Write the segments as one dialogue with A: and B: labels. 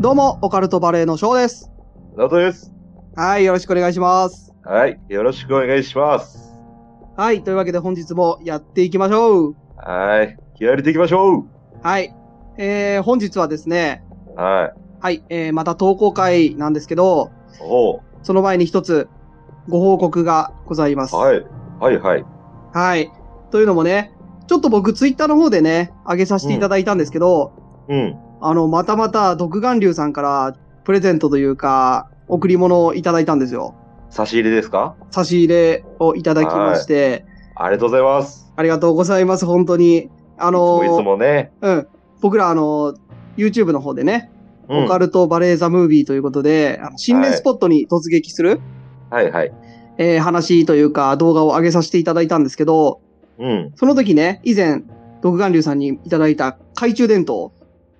A: どうも、オカルトバレーの翔です。
B: ナトです。
A: はい、よろしくお願いします。
B: はい。よろしくお願いします。
A: はい、というわけで本日もやっていきましょう。
B: はい。気合い入れていきましょう。
A: はい。えー、本日はですね、
B: はい。
A: はい、えー、また投稿会なんですけど、
B: おう
A: その前に一つご報告がございます。
B: はい。はいはい。
A: はい。というのもね、ちょっと僕ツイッターの方でね、上げさせていただいたんですけど、
B: うん。
A: あの、またまた独眼竜さんからプレゼントというか、贈り物をいただいたんですよ。
B: 差し入れですか
A: 差し入れをいただきまして、
B: ありがとうございます。
A: ありがとうございます、本当に。あの
B: いつもいつもね。
A: うん。僕ら、あの、YouTube の方でね、
B: うん。
A: オカルトバレーザムービーということで、あの心霊スポットに突撃する、
B: はいはい。
A: えー話というか動画を上げさせていただいたんですけど、
B: うん。
A: その時ね、以前、独眼竜さんにいただいた懐中電灯。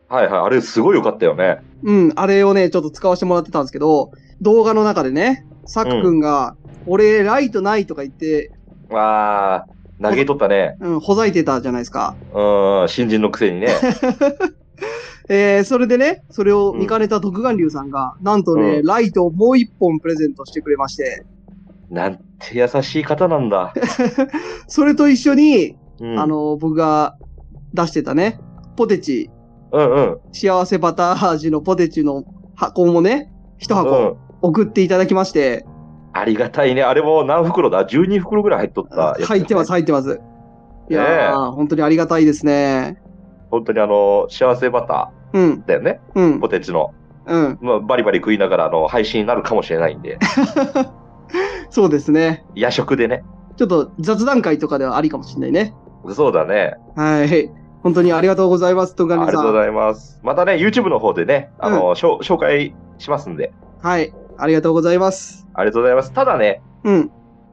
B: はいはい。あれすごい良かったよね。
A: うん、あれをね、ちょっと使わせてもらってたんですけど、動画の中でね、サク君が、俺、ライトないとか言って、
B: わー。投げとったね。
A: うん、ほざいてたじゃないですか。
B: うん。新人のくせにね。
A: えー、それでね、それを見かねた独眼竜さんが、なんとね、
B: う
A: ライトをもう一本プレゼントしてくれまして、
B: なんて優しい方なんだ。
A: それと一緒に、
B: うん。
A: あ、の、僕が出してたね、ポテチ、
B: うんうん。
A: 幸せバター味のポテチの箱もね、一
B: う
A: 箱
B: ん。
A: 送っていただきまして、
B: ありがたいね。あれも何袋だ ?12 袋ぐらい入っとったやつ、
A: 入ってます、。入ってます。いや
B: ねえ
A: ー、本当にありがたいですね。
B: 本当にあの、幸せバタ
A: うん
B: ー、だよね。
A: うん
B: ポ、テチの。
A: うん。
B: まあ、バリバリ食いながらあの配信になるかもしれない んで、
A: そうですね。
B: 夜食でね。
A: ちょっと雑談会とかではありかもしれないね。
B: そうだね。
A: はい。本当にありがとうございます、トン
B: あ
A: ガ
B: り
A: リ
B: が
A: さ。
B: とうんございます。またね、YouTube の方でね、あの、紹紹介しますんで、
A: はい。ありがとうございます。
B: ありがとうございます。ただね、
A: うん、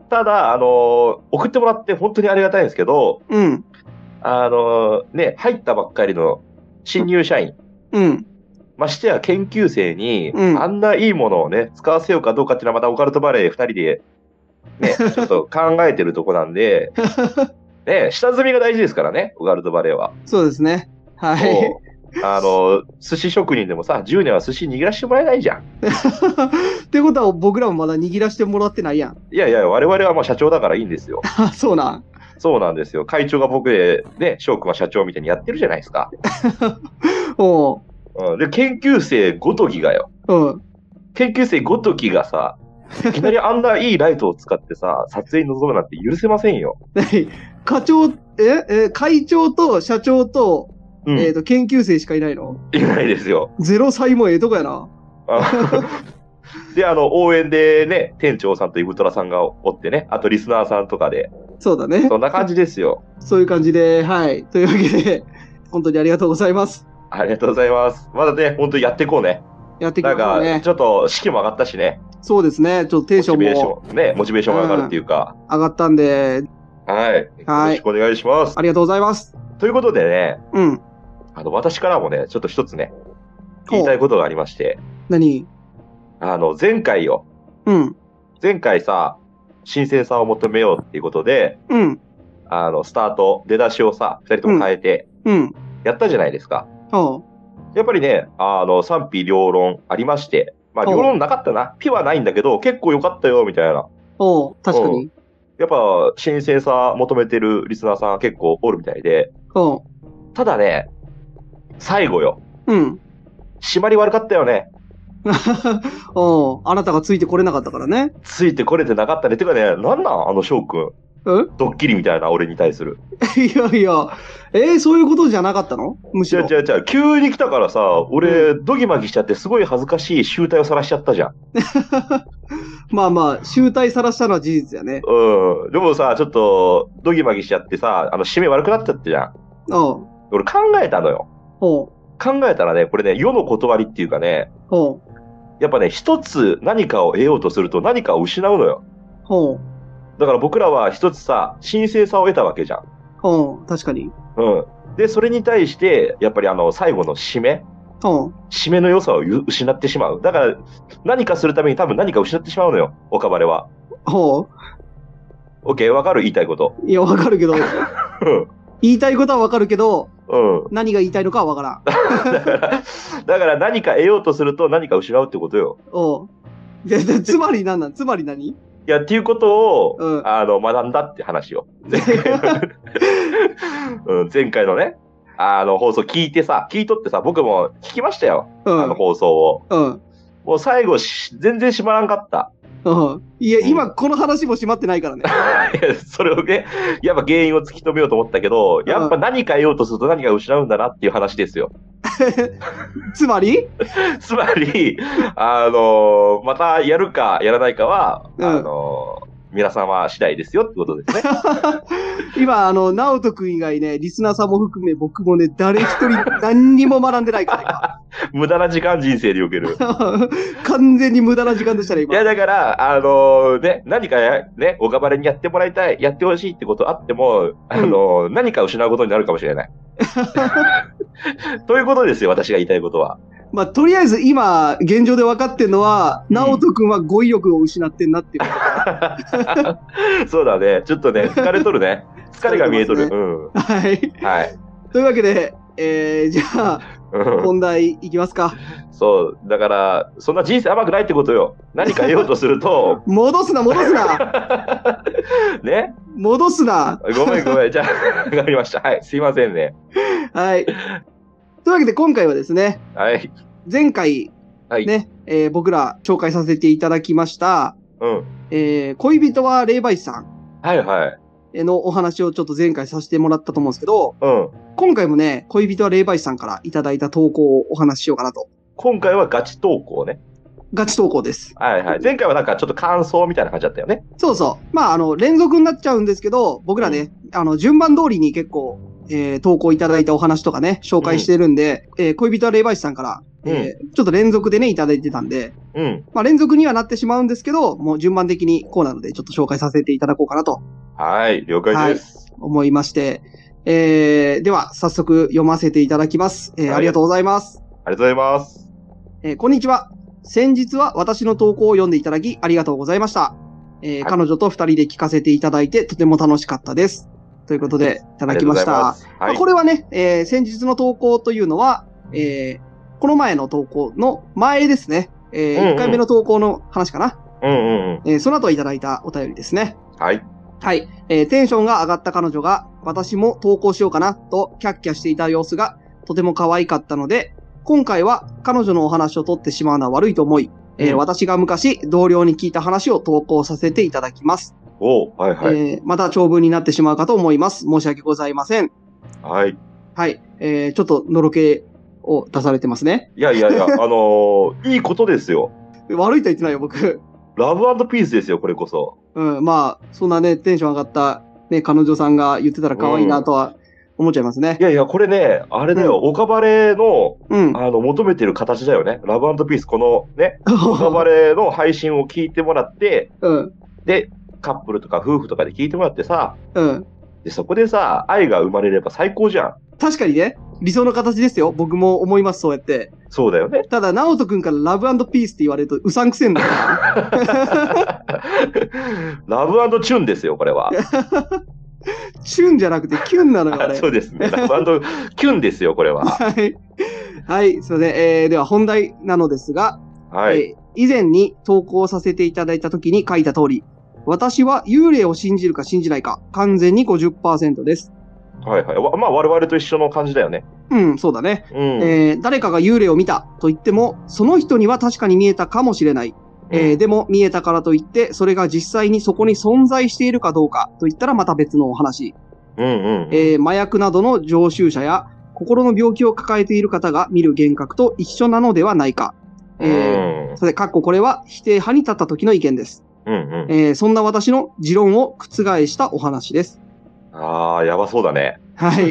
B: ただ、あの送ってもらって本当にありがたいんですけど、
A: うん、
B: あのね、入ったばっかりの新入社員、
A: うん。
B: ましてや研究生に、
A: うん
B: あんないいものをね、使わせようかどうかっていうのはまたオカルトバレー2人で、ね、ちょっと考えてるとこなん で、ね、下積みが大事ですからね、オカルトバレーは。
A: そうですね。はい。
B: そうあの、寿司職人でもさ、10年は寿司握らしてもらえないじゃん。
A: ってことは僕らもまだ握らしてもらってないやん。
B: いやいや、我々はまあ社長だからいいんですよ。
A: あ、そうなん。
B: そうなんですよ。会長が僕で、ね、翔くんは社長みたいにやってるじゃないですか。
A: おう。
B: うん、で、研究生ごときがよ。
A: うん。
B: 研究生ごときがさ、いきなりあんないいライトを使ってさ、撮影に臨むなんて許せませんよ。
A: 何課長、ええ会長と社長と、
B: うん。
A: えっ、と、研究生しかいないの
B: いないですよ。
A: ゼロ歳もええとこやな。
B: あで、あの、応援でね、店長さんとイブトラさんがおってね、あとリスナーさんとかで、
A: そうだね。
B: そんな感じですよ。
A: そういう感じで、はい。というわけで、本当にありがとうございます。
B: ありがとうございます。まだね、本当にやっていこうね。
A: やっていき
B: なん
A: ましょ
B: か
A: う、ね
B: ち。ょっと士気も上がったしね、
A: そうですね。ちょっとテン
B: モ
A: シ
B: チ
A: ョン
B: ベーシ
A: も
B: ョン、ね、モチベーションが上がるっていうか、
A: 上がったんで、
B: はい、
A: はい
B: よろしくお願いします
A: あ。りがとうございます。
B: ということでね、
A: うん。
B: あの、私からもね、ちょっと一つね、
A: ほう
B: 言いたいことがありまして、
A: 何
B: あの、前回よ、
A: うん。
B: 前回さ、新鮮さを求めようっていうことで、
A: うん。
B: あの、スタート、出だしをさ、二人とも変えて、
A: うん。
B: やったじゃないですか。
A: おう。
B: やっぱりね、あの、賛否両論ありまして、まあ、
A: ほう
B: 両論なかったな。ピはないんだけど、結構良かったよ、みたいな。
A: おう。確かに。
B: やっぱ、新鮮さ求めてるリスナーさん結構おるみたいで、
A: おう。
B: ただね、最後よ。
A: うん。
B: 締まり悪かったよね。
A: おう。あなたがついてこれなかったからね。
B: ついてこれてなかったね。てかね、なんなんあの翔くん。
A: うん
B: ドッキリみたいな俺に対する。
A: いやいや、えー、そういうことじゃなかったのむし
B: 違う
A: ろ。
B: 違う違う。急に来たからさ、俺、ドギマギしちゃってすごい恥ずかしい集体を晒しちゃったじゃん。
A: まあまあ、集大さらしたのは事実やね。
B: うん。でもさ、ちょっと、ドギマギしちゃってさ、あの、締め悪くなっちゃったじゃん。
A: おう
B: 俺考えたのよ。
A: おう
B: 考えたらね、これね、世の断りっていうかね、
A: おう
B: やっぱね、一つ何かを得ようとすると何かを失うのよ。
A: おう
B: だから僕らは一つさ、神聖さを得たわけじゃん。
A: おう確かに。
B: うん。で、それに対して、やっぱりあの、最後の締め、
A: おう
B: 締めの良さをゆ失ってしまう。だから、何かするために多分何か失ってしまうのよ、岡バレは。
A: おう
B: OK、わかる言いたいこと。
A: いや、わかるけど、
B: うん
A: 言いたいことはわかるけど、
B: うん。
A: 何が言いたいのかはわからん。
B: だから、だから何か得ようとすると何か失うってことよ。
A: おうででつまり何なんつまり何
B: いや、っていうことを、
A: うん
B: あの、学んだって話を。 うん、前回のね、あの、放送聞いてさ、聞いとってさ、僕も聞きましたよ。
A: う
B: あ
A: ん
B: の。放送を。
A: うん。
B: もう最後し、全然閉まらんかった。
A: うん。いや、今この話も閉まってないからね。
B: いや それをね、やっぱ原因を突き止めようと思ったけど、やっぱ何か得ようとすると何か失うんだなっていう話ですよ。
A: つまり
B: つまり、あのまたやるかやらないかは、
A: うん
B: あの皆様次第ですよってことですね。
A: 今、あの、直人くん以外ね、リスナーさんも含め僕もね、誰一人 何にも学んでないから、
B: 無駄な時間人生におけ る。
A: 今。 完全に無駄な時間でしたね、
B: い
A: 今。
B: や、だから、あのね、何かや、ね、岡バレにやってもらいたい、やってほしいってことあっても、あの何か失うことになるかもしれ ない。ということですよ、私が言いたいことは。
A: まあ、とりあえず今、現状で分かってんのは、
B: うん
A: 直人くんは語彙力を失ってんなっていう。
B: そうだね、ちょっとね、疲れとるね。疲れが見えとる。
A: 疲れて
B: うん。
A: はい。
B: はい。
A: というわけで、えー、じゃあ、
B: うん
A: 本題いきますか。
B: そう、だから、そんな人生甘くないってことよ。何か得ようとすると、
A: 戻すな、戻すな
B: ね、
A: 戻すな
B: ごめんごめん、じゃあ、わかりました。はい、すいませんね。
A: はい。というわけで、今回はですね、
B: はい、
A: 前回、
B: はい。
A: ね、えー僕ら紹介させていただきました、
B: うん。
A: えー、恋人は霊媒師さん
B: はいはい。
A: のお話をちょっと前回させてもらったと思うんですけど、
B: うん。
A: 今回もね、恋人は霊媒師さんからいただいた投稿をお話ししようかなと。
B: 今回はガチ投稿ね。
A: ガチ投稿です。
B: はいはい。前回はなんかちょっと感想みたいな感じだったよね。
A: そうそう。まあ、あの、連続になっちゃうんですけど、僕らね、あの、順番通りに結構、えー投稿いただいたお話とかね、紹介してるんで、えー恋人は霊媒師さんから、えーちょっと連続でね、いただいてたんで、
B: うん。
A: まあ、連続にはなってしまうんですけど、もう順番的にこうなので、ちょっと紹介させていただこうかなと
B: はい、了解です。
A: 思いまして、えーでは、早速読ませていただきます。えー
B: はい
A: ありがとうございます。
B: ありがとうございます。
A: えーこんにちは。先日は私の投稿を読んでいただき、ありがとうございました。えー
B: はい
A: 彼女と二人で聞かせていただいて、とても楽しかったです。ということで、いた
B: あ
A: だ
B: り
A: き
B: がとうご
A: ま
B: ざ
A: し
B: い
A: た。
B: ます。は
A: まあ
B: い。
A: これはね、えー先日の投稿というのは、えーこの前の投稿の前ですね。え
B: うんうん
A: 1回目の投稿の話かな。
B: うんうんうん。
A: えーその後いただいたお便りですね。
B: はい。
A: はい。えーテンションが上がった彼女が、私も投稿しようかな、とキャッキャしていた様子が、とても可愛かったので、今回は彼女のお話を取ってしまうのは悪いと思い、えー
B: うん
A: 私が昔同僚に聞いた話を投稿させていただきます。
B: おうはいはい。
A: えーまた長文になってしまうかと思います。申し訳ございません。
B: はい。
A: はい。えーちょっとのろけを出されてますね。
B: いやいやいや、あのーいいことですよ。
A: 悪いとは言ってないよ、僕。
B: ラブピースですよ、これこそ。
A: うん、まあ、そんなね、テンション上がった、ね、彼女さんが言ってたら可愛いなとは思っちゃいますね
B: い。やいや、これね、あれだよ、オカバレの、
A: うん。
B: あの、求めてる形だよね。ラブピース、このね、 オカバ
A: う
B: レの配信を聞いてもらって、
A: ん。
B: で、カップルとか夫婦とかで聞いてもらってさ、
A: うん。
B: で、そこでさ、愛が生まれれば最高じゃん。
A: 確かにね、理想の形ですよ。僕も思います、そうやって。
B: そうだよね。
A: ただ、ナオト君からラブピースって言われるとうさんくせえんだよな。
B: ラブチュンですよ、これは。
A: チュンじゃなくてキュンなのよ、あれ。
B: そうですね。ラブキュンですよ、これは。
A: はい。はい、すいません。えー、では本題なのですが、
B: はい。
A: えー以前に投稿させていただいた時に書いた通り、私は幽霊を信じるか信じないか、完全に50%です。
B: はいはい。わまあ、我々と一緒の感じだよね。
A: うん、そうだね。
B: うん。
A: えー誰かが幽霊を見たと言っても、その人には確かに見えたかもしれない。えーでも見えたからといって、それが実際にそこに存在しているかどうかといったらまた別のお話。
B: うんうんうん。
A: えー麻薬などの常習者や心の病気を抱えている方が見る幻覚と一緒なのではないか。えー
B: うん
A: さて、かっここれは否定派に立った時の意見です。
B: うんうん。
A: えーそんな私の持論を覆したお話です。
B: ああ、やばそうだね。
A: はい。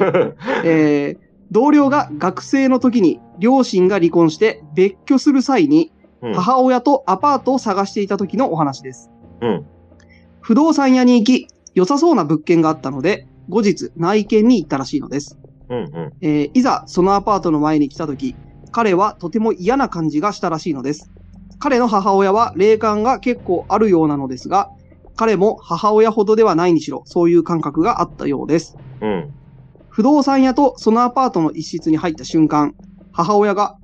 A: えー同僚が学生の時に両親が離婚して別居する際に
B: うん
A: 母親とアパートを探していた時のお話です。
B: うん。
A: 不動産屋に行き、良さそうな物件があったので、後日内見に行ったらしいのです。
B: うんうん。
A: えーいざそのアパートの前に来た時、彼はとても嫌な感じがしたらしいのです。彼の母親は霊感が結構あるようなのですが、彼も母親ほどではないにしろ、そういう感覚があったようです。
B: うん。
A: 不動産屋とそのアパートの一室に入った瞬間、母親が、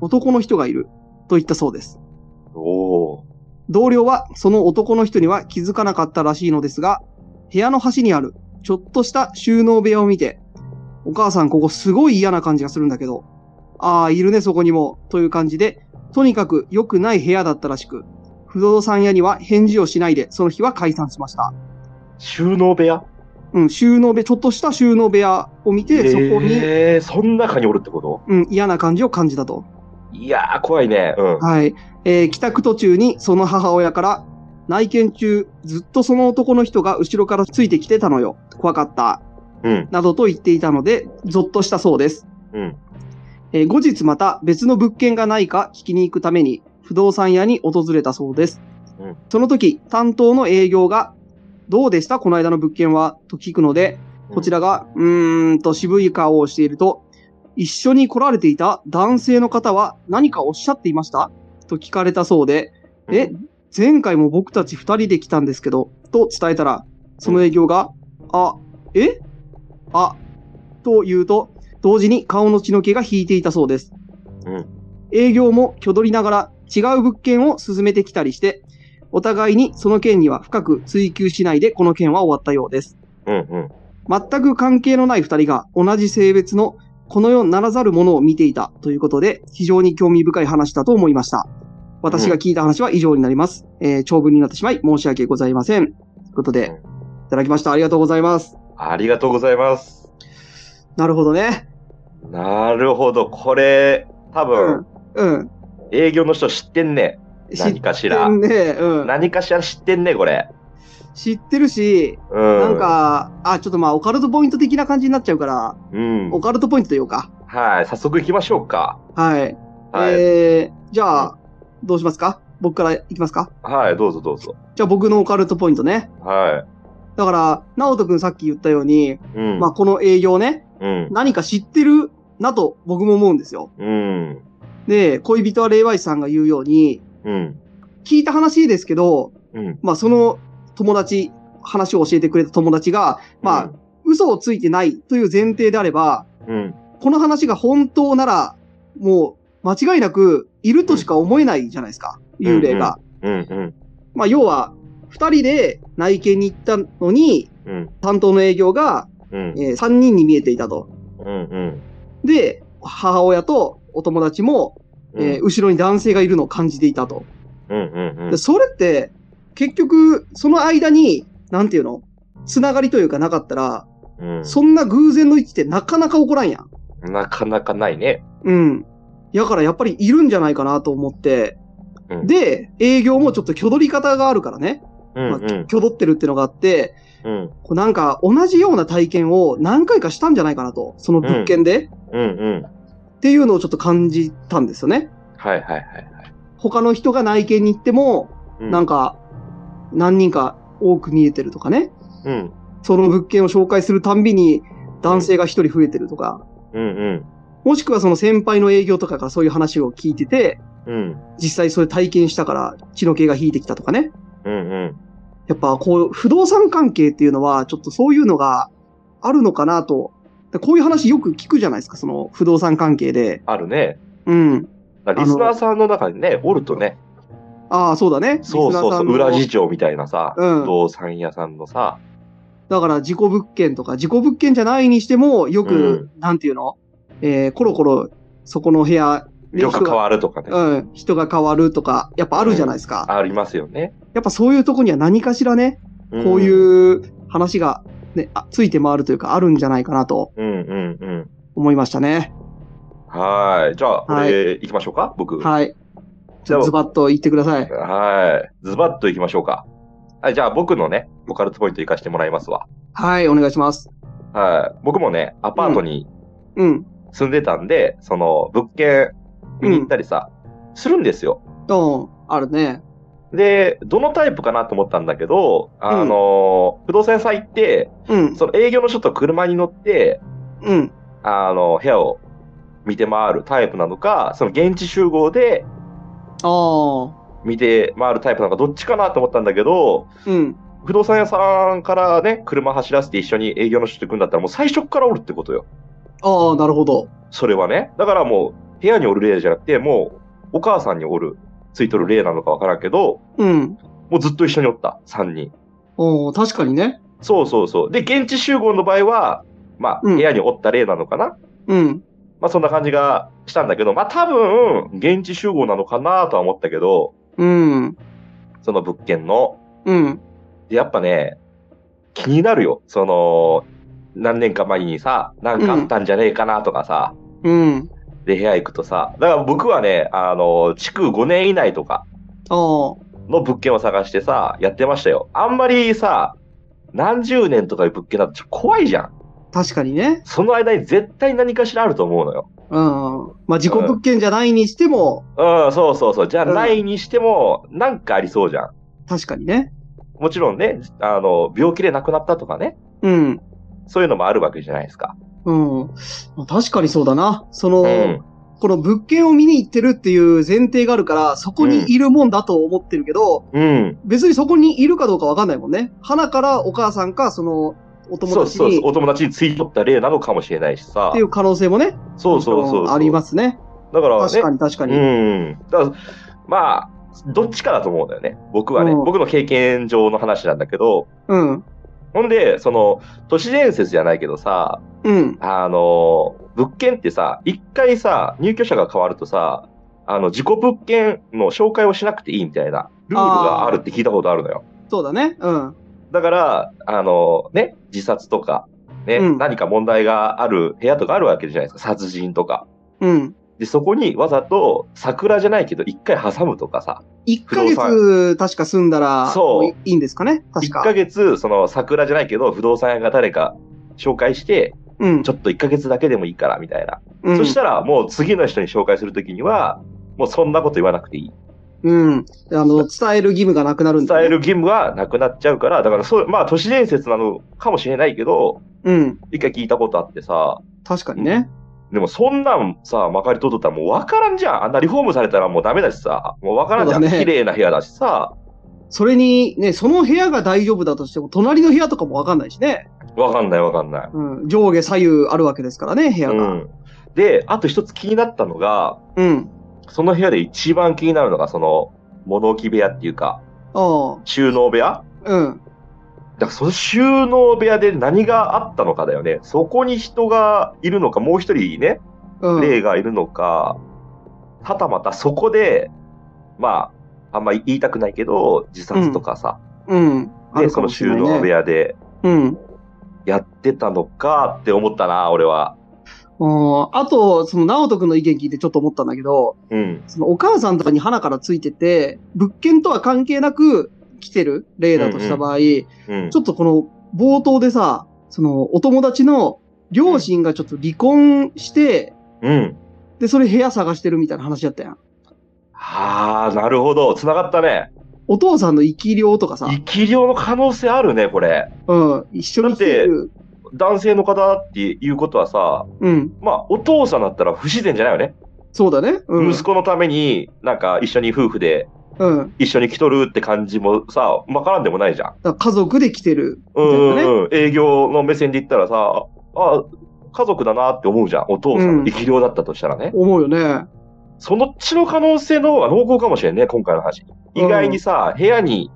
A: 男の人がいる、と言ったそうです。
B: おー。
A: 同僚はその男の人には気づかなかったらしいのですが、部屋の端にあるちょっとした収納部屋を見て、お母さんここすごい嫌な感じがするんだけど、ああ、いるねそこにも、という感じで、とにかく良くない部屋だったらしく、不動産屋には返事をしないで、その日は解散しました。
B: 収納部屋
A: うん、収納部、ちょっとした収納部屋を見て、そこに、
B: えー、そん中におるってこと
A: うん、嫌な感じを感じたと。
B: いやー、怖いね。うん。
A: はい。えー帰宅途中にその母親から、内見中、ずっとその男の人が後ろからついてきてたのよ。怖かった。
B: うん。
A: などと言っていたので、ゾッとしたそうです。
B: うん。
A: えー後日また別の物件がないか聞きに行くために、不動産屋に訪れたそうです。
B: うん
A: その時、担当の営業が、どうでしたこの間の物件はと聞くので、こちらが、うーんと渋い顔をしていると、一緒に来られていた男性の方は何かおっしゃっていましたと聞かれたそうで、
B: うん
A: え、前回も僕たち二人で来たんですけど、と伝えたら、その営業が、あ、えあ、と言うと、同時に顔の血の気が引いていたそうです。
B: うん
A: 営業も挙取りながら違う物件を進めてきたりして、お互いにその件には深く追求しないでこの件は終わったようです。
B: うんうん。
A: 全く関係のない二人が同じ性別のこの世ならざるものを見ていたということで、非常に興味深い話だと思いました。私が聞いた話は以上になります。えー長文になってしまい申し訳ございません。ということで、いただきました。ありがとうございます。
B: ありがとうございます。
A: なるほどね。
B: なるほど。これ、多分、
A: うん。
B: 営業の人知ってんね。何かしら。
A: 知ってんねうん、
B: 何かしら知ってんね、これ。
A: 知ってるし、
B: うん。
A: なんか、あ、ちょっとまあ、オカルトポイント的な感じになっちゃうから、
B: うん。
A: オカルトポイントというか。
B: はい。早速行きましょうか。
A: はい。
B: はい。
A: えー、じゃあ、どうしますか僕からいきますか
B: はい。どうぞどうぞ。
A: じゃあ僕のオカルトポイントね。
B: は
A: だから、直人くんさっき言ったように、
B: い。うん。
A: まあ、この営業ね、
B: うん。
A: 何か知ってるなと僕も思うんですよ。
B: うん。
A: で、恋人は霊媒師さんが言うように、
B: うん。
A: 聞いた話ですけど、
B: うん。
A: まあ、その友達、話を教えてくれた友達が、まあ、嘘をついてないという前提であれば、
B: うん。
A: この話が本当なら、もう間違いなくいるとしか思えないじゃないですか、
B: ん
A: 幽霊が。
B: うん。うん。
A: まあ、要は、二人で内見に行ったのに、
B: うん。
A: 担当の営業が、
B: うん。
A: えー三人に見えていたと。
B: うん。うん。
A: で、母親とお友達も、
B: うん。
A: えー後ろに男性がいるのを感じていたと。
B: うん。うん。うん
A: で。それって、結局、その間に、なんていうのつながりというかなかったら、
B: うん。
A: そんな偶然の位置ってなかなか起こらんやん。
B: なかなかないね。
A: うん。やからやっぱりいるんじゃないかなと思って、
B: うん
A: で、営業もちょっと挙取り方があるからね、
B: うん。
A: まあ
B: うん。
A: 挙取ってるってのがあって、
B: うん。
A: こうなんか同じような体験を何回かしたんじゃないかなと、その物件で、
B: うん。うん。
A: っていうのをちょっと感じたんですよね。
B: はいはいはい。
A: 他の人が内見に行っても、
B: う
A: なんか、何人か多く見えてるとかね、
B: うん。
A: その物件を紹介するたんびに男性が一人増えてるとか、
B: うん。うん。
A: もしくはその先輩の営業とかからそういう話を聞いてて、
B: うん。
A: 実際それ体験したから血の気が引いてきたとかね。
B: うんうん。
A: やっぱこう、不動産関係っていうのは、ちょっとそういうのがあるのかなと。でこういう話よく聞くじゃないですか、その不動産関係で。
B: あるね。
A: うん。
B: だからリスナーさんの中にね、おるとね、
A: ああ、そうだね。
B: そうそうそう、
A: リスナーさんの
B: 裏事情みたいなさ、
A: うん
B: 不動産屋さんのさ、
A: だから事故物件とか、事故物件じゃないにしても、よく、
B: うん
A: なんていうのえーコロコロ、そこの部屋、
B: よく変わるとかね、
A: うん、人が変わるとか、やっぱあるじゃないですか。
B: ありますよね。
A: やっぱそういうとこには何かしらね、こうい
B: う
A: う
B: ん。
A: 話が、ね、あついて回るというか、あるんじゃないかなと
B: うんうんうん。
A: 思いましたね。
B: はーい。じゃあ、こ
A: はい
B: れ、行きましょうか僕。は
A: はい。
B: じゃあ
A: ズバッと言ってください。
B: ーい。ズバッと行きましょうか。はい。じゃあ、僕のね、オカルトポイント行かしてもらいますわ。
A: はい、お願いします。
B: はい。僕もね、アパートに
A: うん。
B: 住んでたんで、その、物件見に行ったりさ、するんですよ。
A: うん、あるね。
B: で、どのタイプかなと思ったんだけど、あの、不動産屋さん行って、
A: うん、
B: その営業の人と車に乗って、
A: うん、
B: あの、部屋を見て回るタイプなのか、その現地集合で
A: ああ、
B: 見て回るタイプなのか、どっちかなと思ったんだけど、
A: うん。
B: 不動産屋さんからね、車走らせて一緒に営業の人と行くんだったら、もう最初っからおるってことよ。
A: ああ、なるほど。
B: それはね。だからもう、部屋におる霊じゃなくて、もう、お母さんにおる、ついとる霊なのかわからんけど、
A: うん。
B: もうずっと一緒におった、3人。
A: おー確かにね。
B: そうそうそう。で、現地集合の場合は、まあ、
A: うん
B: 部屋におった霊なのかな、
A: うん。
B: まあ、そんな感じがしたんだけど、まあ、多分、現地集合なのかなとは思ったけど、
A: うん。
B: その物件の。
A: うん。
B: で、やっぱね、気になるよ。その、何年か前にさ、なんかあったんじゃねえかなとかさ、
A: うん。
B: で、部屋行くとさ、だから僕はね、あの、築5年以内とか
A: ああ。
B: の物件を探してさ、やってましたよ。あんまりさ、何十年とかいう物件だとちょっと怖いじゃん。
A: 確かにね。
B: その間に絶対何かしらあると思うのよ。
A: うん。まあ、自己物件じゃないにしても、
B: うん、そうそうそう。じゃあ、
A: うん
B: ないにしても、なんかありそうじゃん。
A: 確かにね。
B: もちろんね、あの、病気で亡くなったとかね、
A: うん。
B: そういうのもあるわけじゃないですか。
A: うん。まあ確かにそうだな。その、
B: うん。
A: この物件を見に行ってるっていう前提があるから、そこにいるもんだと思ってるけど、
B: うん。
A: 別にそこにいるかどうかわかんないもんね。花からお母さんか、その、お友
B: そう
A: 達
B: そう
A: に
B: そう。お友達についとった例なのかもしれないしさ
A: ってい。う可能性もね、
B: そうそうそうそう。。
A: ありますすね。
B: だから
A: 確
B: ね
A: か、に確かに。
B: うん。だから、まあ、どっちかだと思うんだよね。僕はね、
A: うん
B: 僕の経験上の話なんだけど、
A: うん。
B: ほんで、その、都市伝説じゃないけどさ、
A: うん。
B: あの、物件ってさ、一回さ、入居者が変わるとさ、あの、自己物件の紹介をしなくていいみたいな、ルールがあるって聞いたことあるのよ。
A: そうだね。うん。
B: だから、あの、ね、自殺とか、ね、
A: うん
B: 何か問題がある部屋とかあるわけじゃないですか、殺人とか。
A: うん。
B: で、そこにわざと桜じゃないけど、一回挟むとかさ、
A: 1ヶ
B: 不
A: 月、確か住んだら、
B: そう
A: もいいいんですかね確
B: 一
A: か。
B: ヶ月、その桜じゃないけど、不動産屋が誰か紹介して、
A: うん
B: ちょっと一ヶ月だけでもいいから、みたいな。
A: うん。
B: そしたら、もう次の人に紹介するときには、もうそんなこと言わなくていい。
A: うん。あの、伝える義務がなくなるん
B: 伝
A: だ、ね。
B: える義務がなくなっちゃうから、だからそう、まあ都市伝説なのかもしれないけど、
A: うん。
B: 一回聞いたことあってさ、
A: 確かにね。
B: でもそんなんさ、まかり通っとったらもうわからんじゃん。あんなリフォームされたらもうダメだしさ、もうわからんじゃん。
A: そうだね
B: 綺麗な部屋だしさ、
A: それに、ね、その部屋が大丈夫だとしても、隣の部屋とかもわかんないしね。
B: わかんないわかんない。
A: うん。上下左右あるわけですからね、部屋
B: う
A: が。
B: ん。で、あと一つ気になったのが、
A: うん。
B: その部屋で一番気になるのが、その、物置部屋っていうか、
A: あ
B: 収納部屋
A: あ。うん。
B: だからその収納部屋で何があったのかだよね。そこに人がいるのか、もう一人ね、
A: うん。
B: 霊がいるのか、はたまたそこで、まあ、あんまり言いたくないけど、自殺とかさ、
A: うん。あ
B: ね、
A: る
B: そ
A: か
B: の
A: もし
B: 収
A: れ
B: 納
A: ない
B: 部
A: ね。
B: 屋で
A: うん。
B: やってたのかって思ったな、俺は。
A: うんあと、その、直人くんの意見聞いてちょっと思ったんだけど、
B: うん。
A: そのお母さんとかに花からついてて、物件とは関係なく来てる例だとした場合、
B: うん
A: ち。ょっとこの冒頭でさ、そのお友達の両親がちょっと離婚して、
B: うん。
A: で、それ部屋探してるみたいな話だったやん。
B: はあ、なるほど。繋がったね。
A: お父さんの生き量とかさ、
B: 生き量の可能性あるね、これ。
A: うん、一緒に来てる。
B: 男性の方っていうことはさ、
A: うん、
B: まあ、お父さんだったら不自然じゃないよね。
A: そうだね。うん。
B: 息子のために、なんか一緒に夫婦で
A: うん。だか
B: 一緒に来とるって感じもさ、わからんでもないじゃん。
A: ら家族で来てる。
B: う
A: たい
B: ん
A: なね
B: うんうん。営業の目線で言ったらさ、あ、家族だなって思うじゃん。お父さん
A: う
B: の
A: ん
B: 生き量だったとしたらね。
A: 思うよね。
B: その血の可能性の方が濃厚かもしれんね、今回の話。意外にさ、部屋に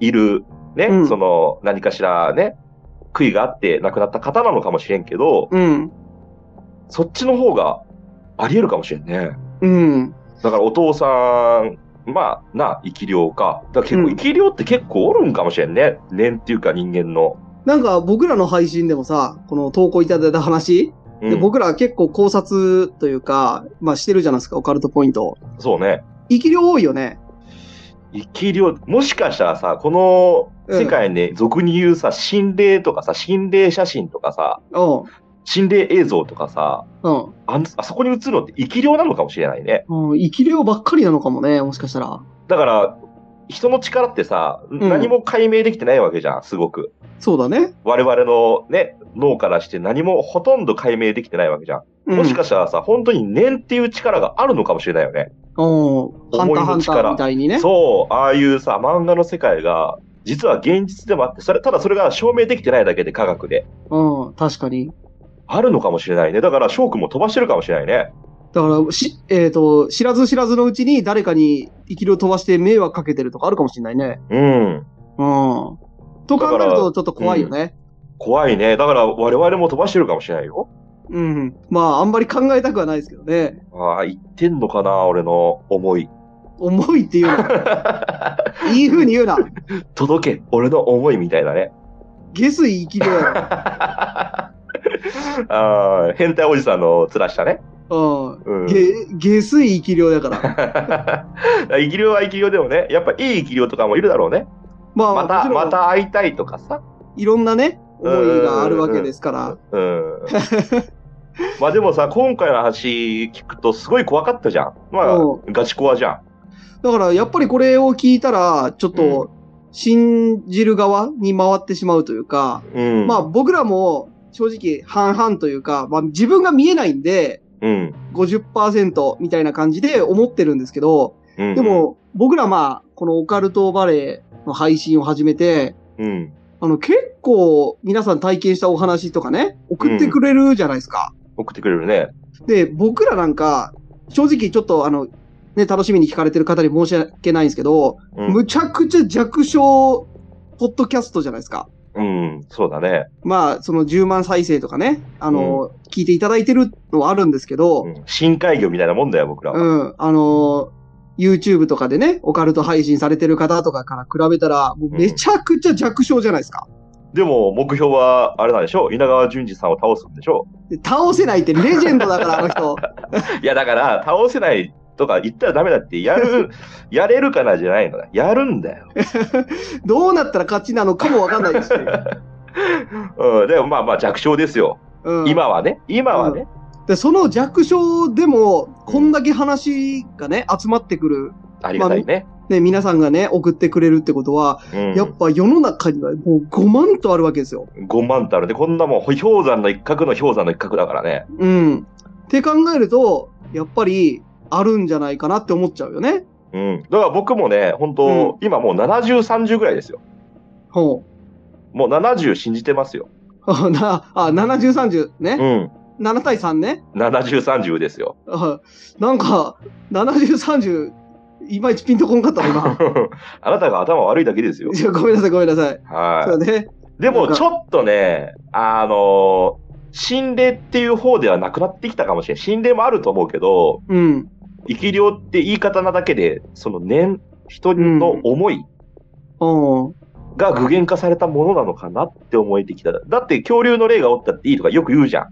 B: いる、ね、
A: うん
B: その、何かしらね、悔いがあって亡くなった方なのかもしれんけど、
A: うん。
B: そっちの方があり得るかもしれんね。
A: うん。
B: だからお父さん、まあ、な、生き量か。だから結
A: う
B: 構、
A: ん
B: 生き量って結構おるんかもしれんね。年っていうか人間の。
A: なんか僕らの配信でもさ、この投稿いただいた話、
B: うん
A: で僕ら結構考察というか、まあしてるじゃないですか、オカルトポイント。
B: そうね。
A: 生き量多いよね。
B: 生き量、もしかしたらさ、この世界ね、俗に言うさ、心霊とかさ、心霊写真とかさ、
A: うん。
B: 心霊映像とかさ、
A: うん。
B: あんあそこに映るのって生き量なのかもしれないね。
A: うん、生き量ばっかりなのかもね、もしかしたら。
B: だから、人の力ってさ、
A: ん
B: 何も解明できてないわけじゃん、すごく。
A: そうだね。
B: 我々のね、脳からして何もほとんど解明できてないわけじゃん。
A: うん、
B: もしかしたらさ、本当に念っていう力があるのかもしれないよね。
A: うん。ハンターハンターみたいにね。
B: そう、ああいうさ、漫画の世界が、実は現実でもあって、それ、ただそれが証明できてないだけで科学で。
A: うん、確かに。
B: あるのかもしれないね。だから、翔くんも飛ばしてるかもしれないね。
A: だから、し、えっ、と、知らず知らずのうちに誰かに生きるを飛ばして迷惑かけてるとかあるかもしれないね。
B: うん。
A: うん。と考えるとちょっと怖いよね。
B: 怖いね。だから我々も飛ばしてるかもしれないよ。
A: うん、まあ、あんまり考えたくはないですけどね。
B: ああ、言ってんのかな、俺の思い。
A: 重いっていうの。 いい風に言うな。
B: 届け、俺の思いみたいなね。
A: 下水生きるや
B: ああ、変態おじさんの面したね。
A: ろ。うん。
B: うん。
A: 下、下水生き量だから。
B: 生き量は生き量でもね、やっぱいい生き量とかもいるだろうね。
A: まあ、
B: ま
A: も
B: た、
A: ちろん
B: また会いたいとかさ。
A: いろんなね、思いがあるわけですから。
B: うん。まあでもさ、今回の話聞くとすごい怖かったじゃん。まあ
A: う、
B: ガチ怖じゃん。
A: だから、やっぱりこれを聞いたら、ちょっと、信じる側に回ってしまうというか、
B: うん。
A: まあ、僕らも、正直、半々というか、まあ、自分が見えないんで、
B: うん。
A: 50%みたいな感じで思ってるんですけど、
B: うん。
A: で、も、僕らまあ、このオカルトバレーの配信を始めて、
B: うん。
A: あの、結構、皆さん体験したお話とかね、送ってくれるじゃないですか。
B: 送ってくれるね。
A: で、僕らなんか、正直ちょっとあの、ね、楽しみに聞かれてる方に申し訳ないんですけど、
B: うん。
A: むちゃくちゃ弱小、ポッドキャストじゃないですか。
B: うん。そうだね。
A: まあ、その10万再生とかね、あの、聞いていただいてるのはあるんですけど、
B: うん深海魚みたいなもんだよ、僕らは。
A: うん、あのー、YouTube とかでね、オカルト配信されてる方とかから比べたら、もうめちゃくちゃ弱小じゃないですか。
B: でも、目標は、あれなんでしょ稲川淳二さんを倒すんでしょ
A: で倒せないってレジェンドだから、あの人。
B: いや、だから、倒せないとか言ったらダメだって、や る、やれるからじゃないのだ。やるんだよ。
A: どうなったら勝ちなのかもわかんない ですし。
B: うん。でも、まあまあ、弱小ですよ。
A: うん、
B: 今はね。今はね。
A: で、その弱小でも、こんだけ話がね、集まってくる、
B: ありがたいね。
A: ね、皆さんがね、送ってくれるってことは、
B: うん。
A: やっぱ世の中にはもう5万とあるわけですよ。
B: 5万とあるで、こんなもん、氷山の一角の氷山の一角だからね。
A: うん。って考えると、やっぱり、あるんじゃないかなって思っちゃうよね。
B: うん。だから僕もね、本当、今もう70、30ぐらいですよ。
A: ほう。
B: もう70信じてますよ。
A: あ、 な、あ、70、30
B: う
A: ね。
B: ん。
A: 7対3ね。
B: 70、30ですよ。
A: あなんか、70、30、いまいちピンとこんかった な、
B: あなたが頭悪いだけですよ
A: 今。。いやごめんなさい、ごめんなさい。そ
B: は
A: うね。
B: い。でも、ちょっとね、あのー心霊っていう方ではなくなってきたかもしれない。心霊もあると思うけど、
A: うん。
B: 生き量って言い方なだけで、その念、人の思い
A: うん。
B: が具現化されたものなのかなって思えてきた。だって恐竜の霊がおったっていいとかよく言うじゃん。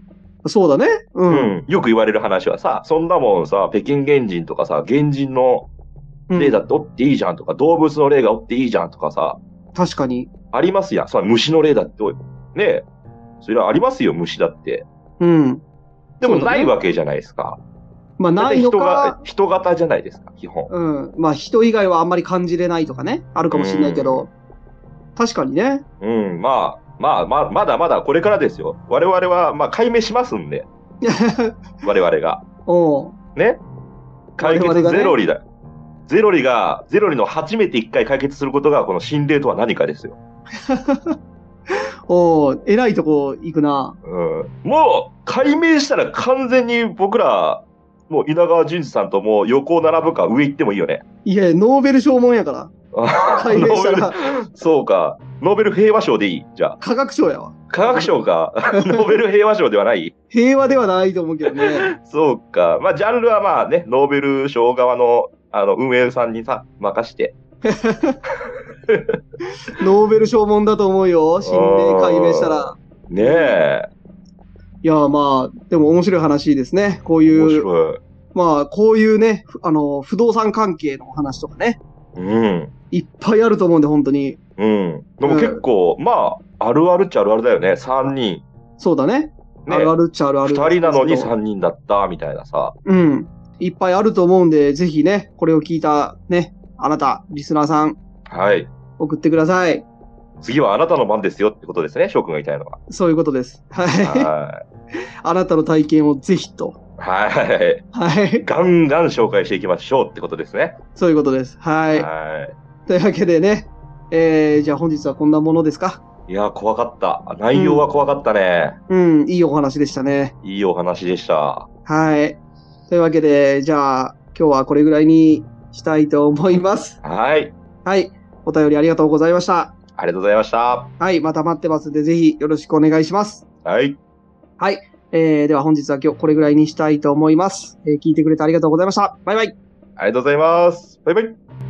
A: そうだね。う。
B: うんん。よく言われる話はさ、そんなもんさ、北京原人とかさ、原人の
A: うん
B: 霊だっておっていいじゃんとか、動物の霊がおっていいじゃんとかさ、
A: 確かに。
B: ありますやん。それ虫の霊だっておい。ねえ。それはありますよ、虫だって。
A: うん。
B: でも
A: そうだ
B: な
A: ね
B: いわけじゃないですか。
A: まあ、ないのか、
B: だって人が、人型じゃないですか、基本。
A: うん。まあ、人以外はあんまり感じれないとかね、あるかもしれないけど、確かにね。
B: うん、まあ、まあ、まあ、まだまだこれからですよ。我々は、まあ、解明しますんで、我々が。
A: おう
B: ね解
A: 我々
B: 決
A: がね
B: ゼロリだ。ゼロリが、ゼロリの初めて一回解決することが、この心霊とは何かですよ。
A: おう偉いとこ行くな。
B: うん。もう、解明したら完全に僕ら、もう稲川淳二さんともう横を並ぶか上行ってもいいよね。
A: いや、ノーベル賞もんやから。解明した
B: ノ
A: ら、
B: ーベルそうか。ノーベル平和賞でいいじゃあ。
A: 科学賞やわ。
B: 科学 賞か。ノーベル平和賞ではない
A: 平和ではないと思うけど ね。
B: そうか。まあ、ジャンルはまあね、ノーベル賞側の、あの、運営さんにさ、任して。
A: ノーベル賞もんだと思うよ。心霊解明したら。
B: ねえ。
A: いや、まあ、でも面白い話ですね。こう
B: 面
A: いう、
B: 白い。
A: まあ、こういうね、ふあの、不動産関係のお話とかね、
B: うん。
A: いっぱいあると思うんで、本当に。
B: うん。でも結構、まあ、あるあるっちゃあるあるだよね。3人。
A: そうだね。
B: ね、
A: あるあるっちゃあるあ
B: 2
A: る。
B: 人なのに3人だった、みたいなさ。
A: うん。いっぱいあると思うんで、ぜひね、これを聞いたね、あなた、リスナーさん、
B: はい。
A: 送ってください。
B: 次はあなたの番ですよってことですね、翔くんが言いたい のは。
A: そういうことです。はい。
B: は
A: あなたの体験をぜひと。
B: い。はい。
A: はい。
B: ガンガン紹介していきましょうってことですね。
A: そういうことです。は
B: はい
A: 。というわけでね、えー、じゃあ本日はこんなものですか。
B: い。いや、怖かった。内容は怖かったね。
A: うん、いいお話でしたね。
B: いいお話でした。
A: はい。というわけで、じゃあ、今日はこれぐらいにしたいと思います。
B: はい。
A: はい。お便りありがとうございました。
B: ありがとうございました。
A: はい。また待ってますんで、ぜひよろしくお願いします。
B: はい。
A: えー、では本日は今日これぐらいにしたいと思います。えー聞いてくれてありがとうございました。バイバイ。
B: ありがとうございます。バイバイ。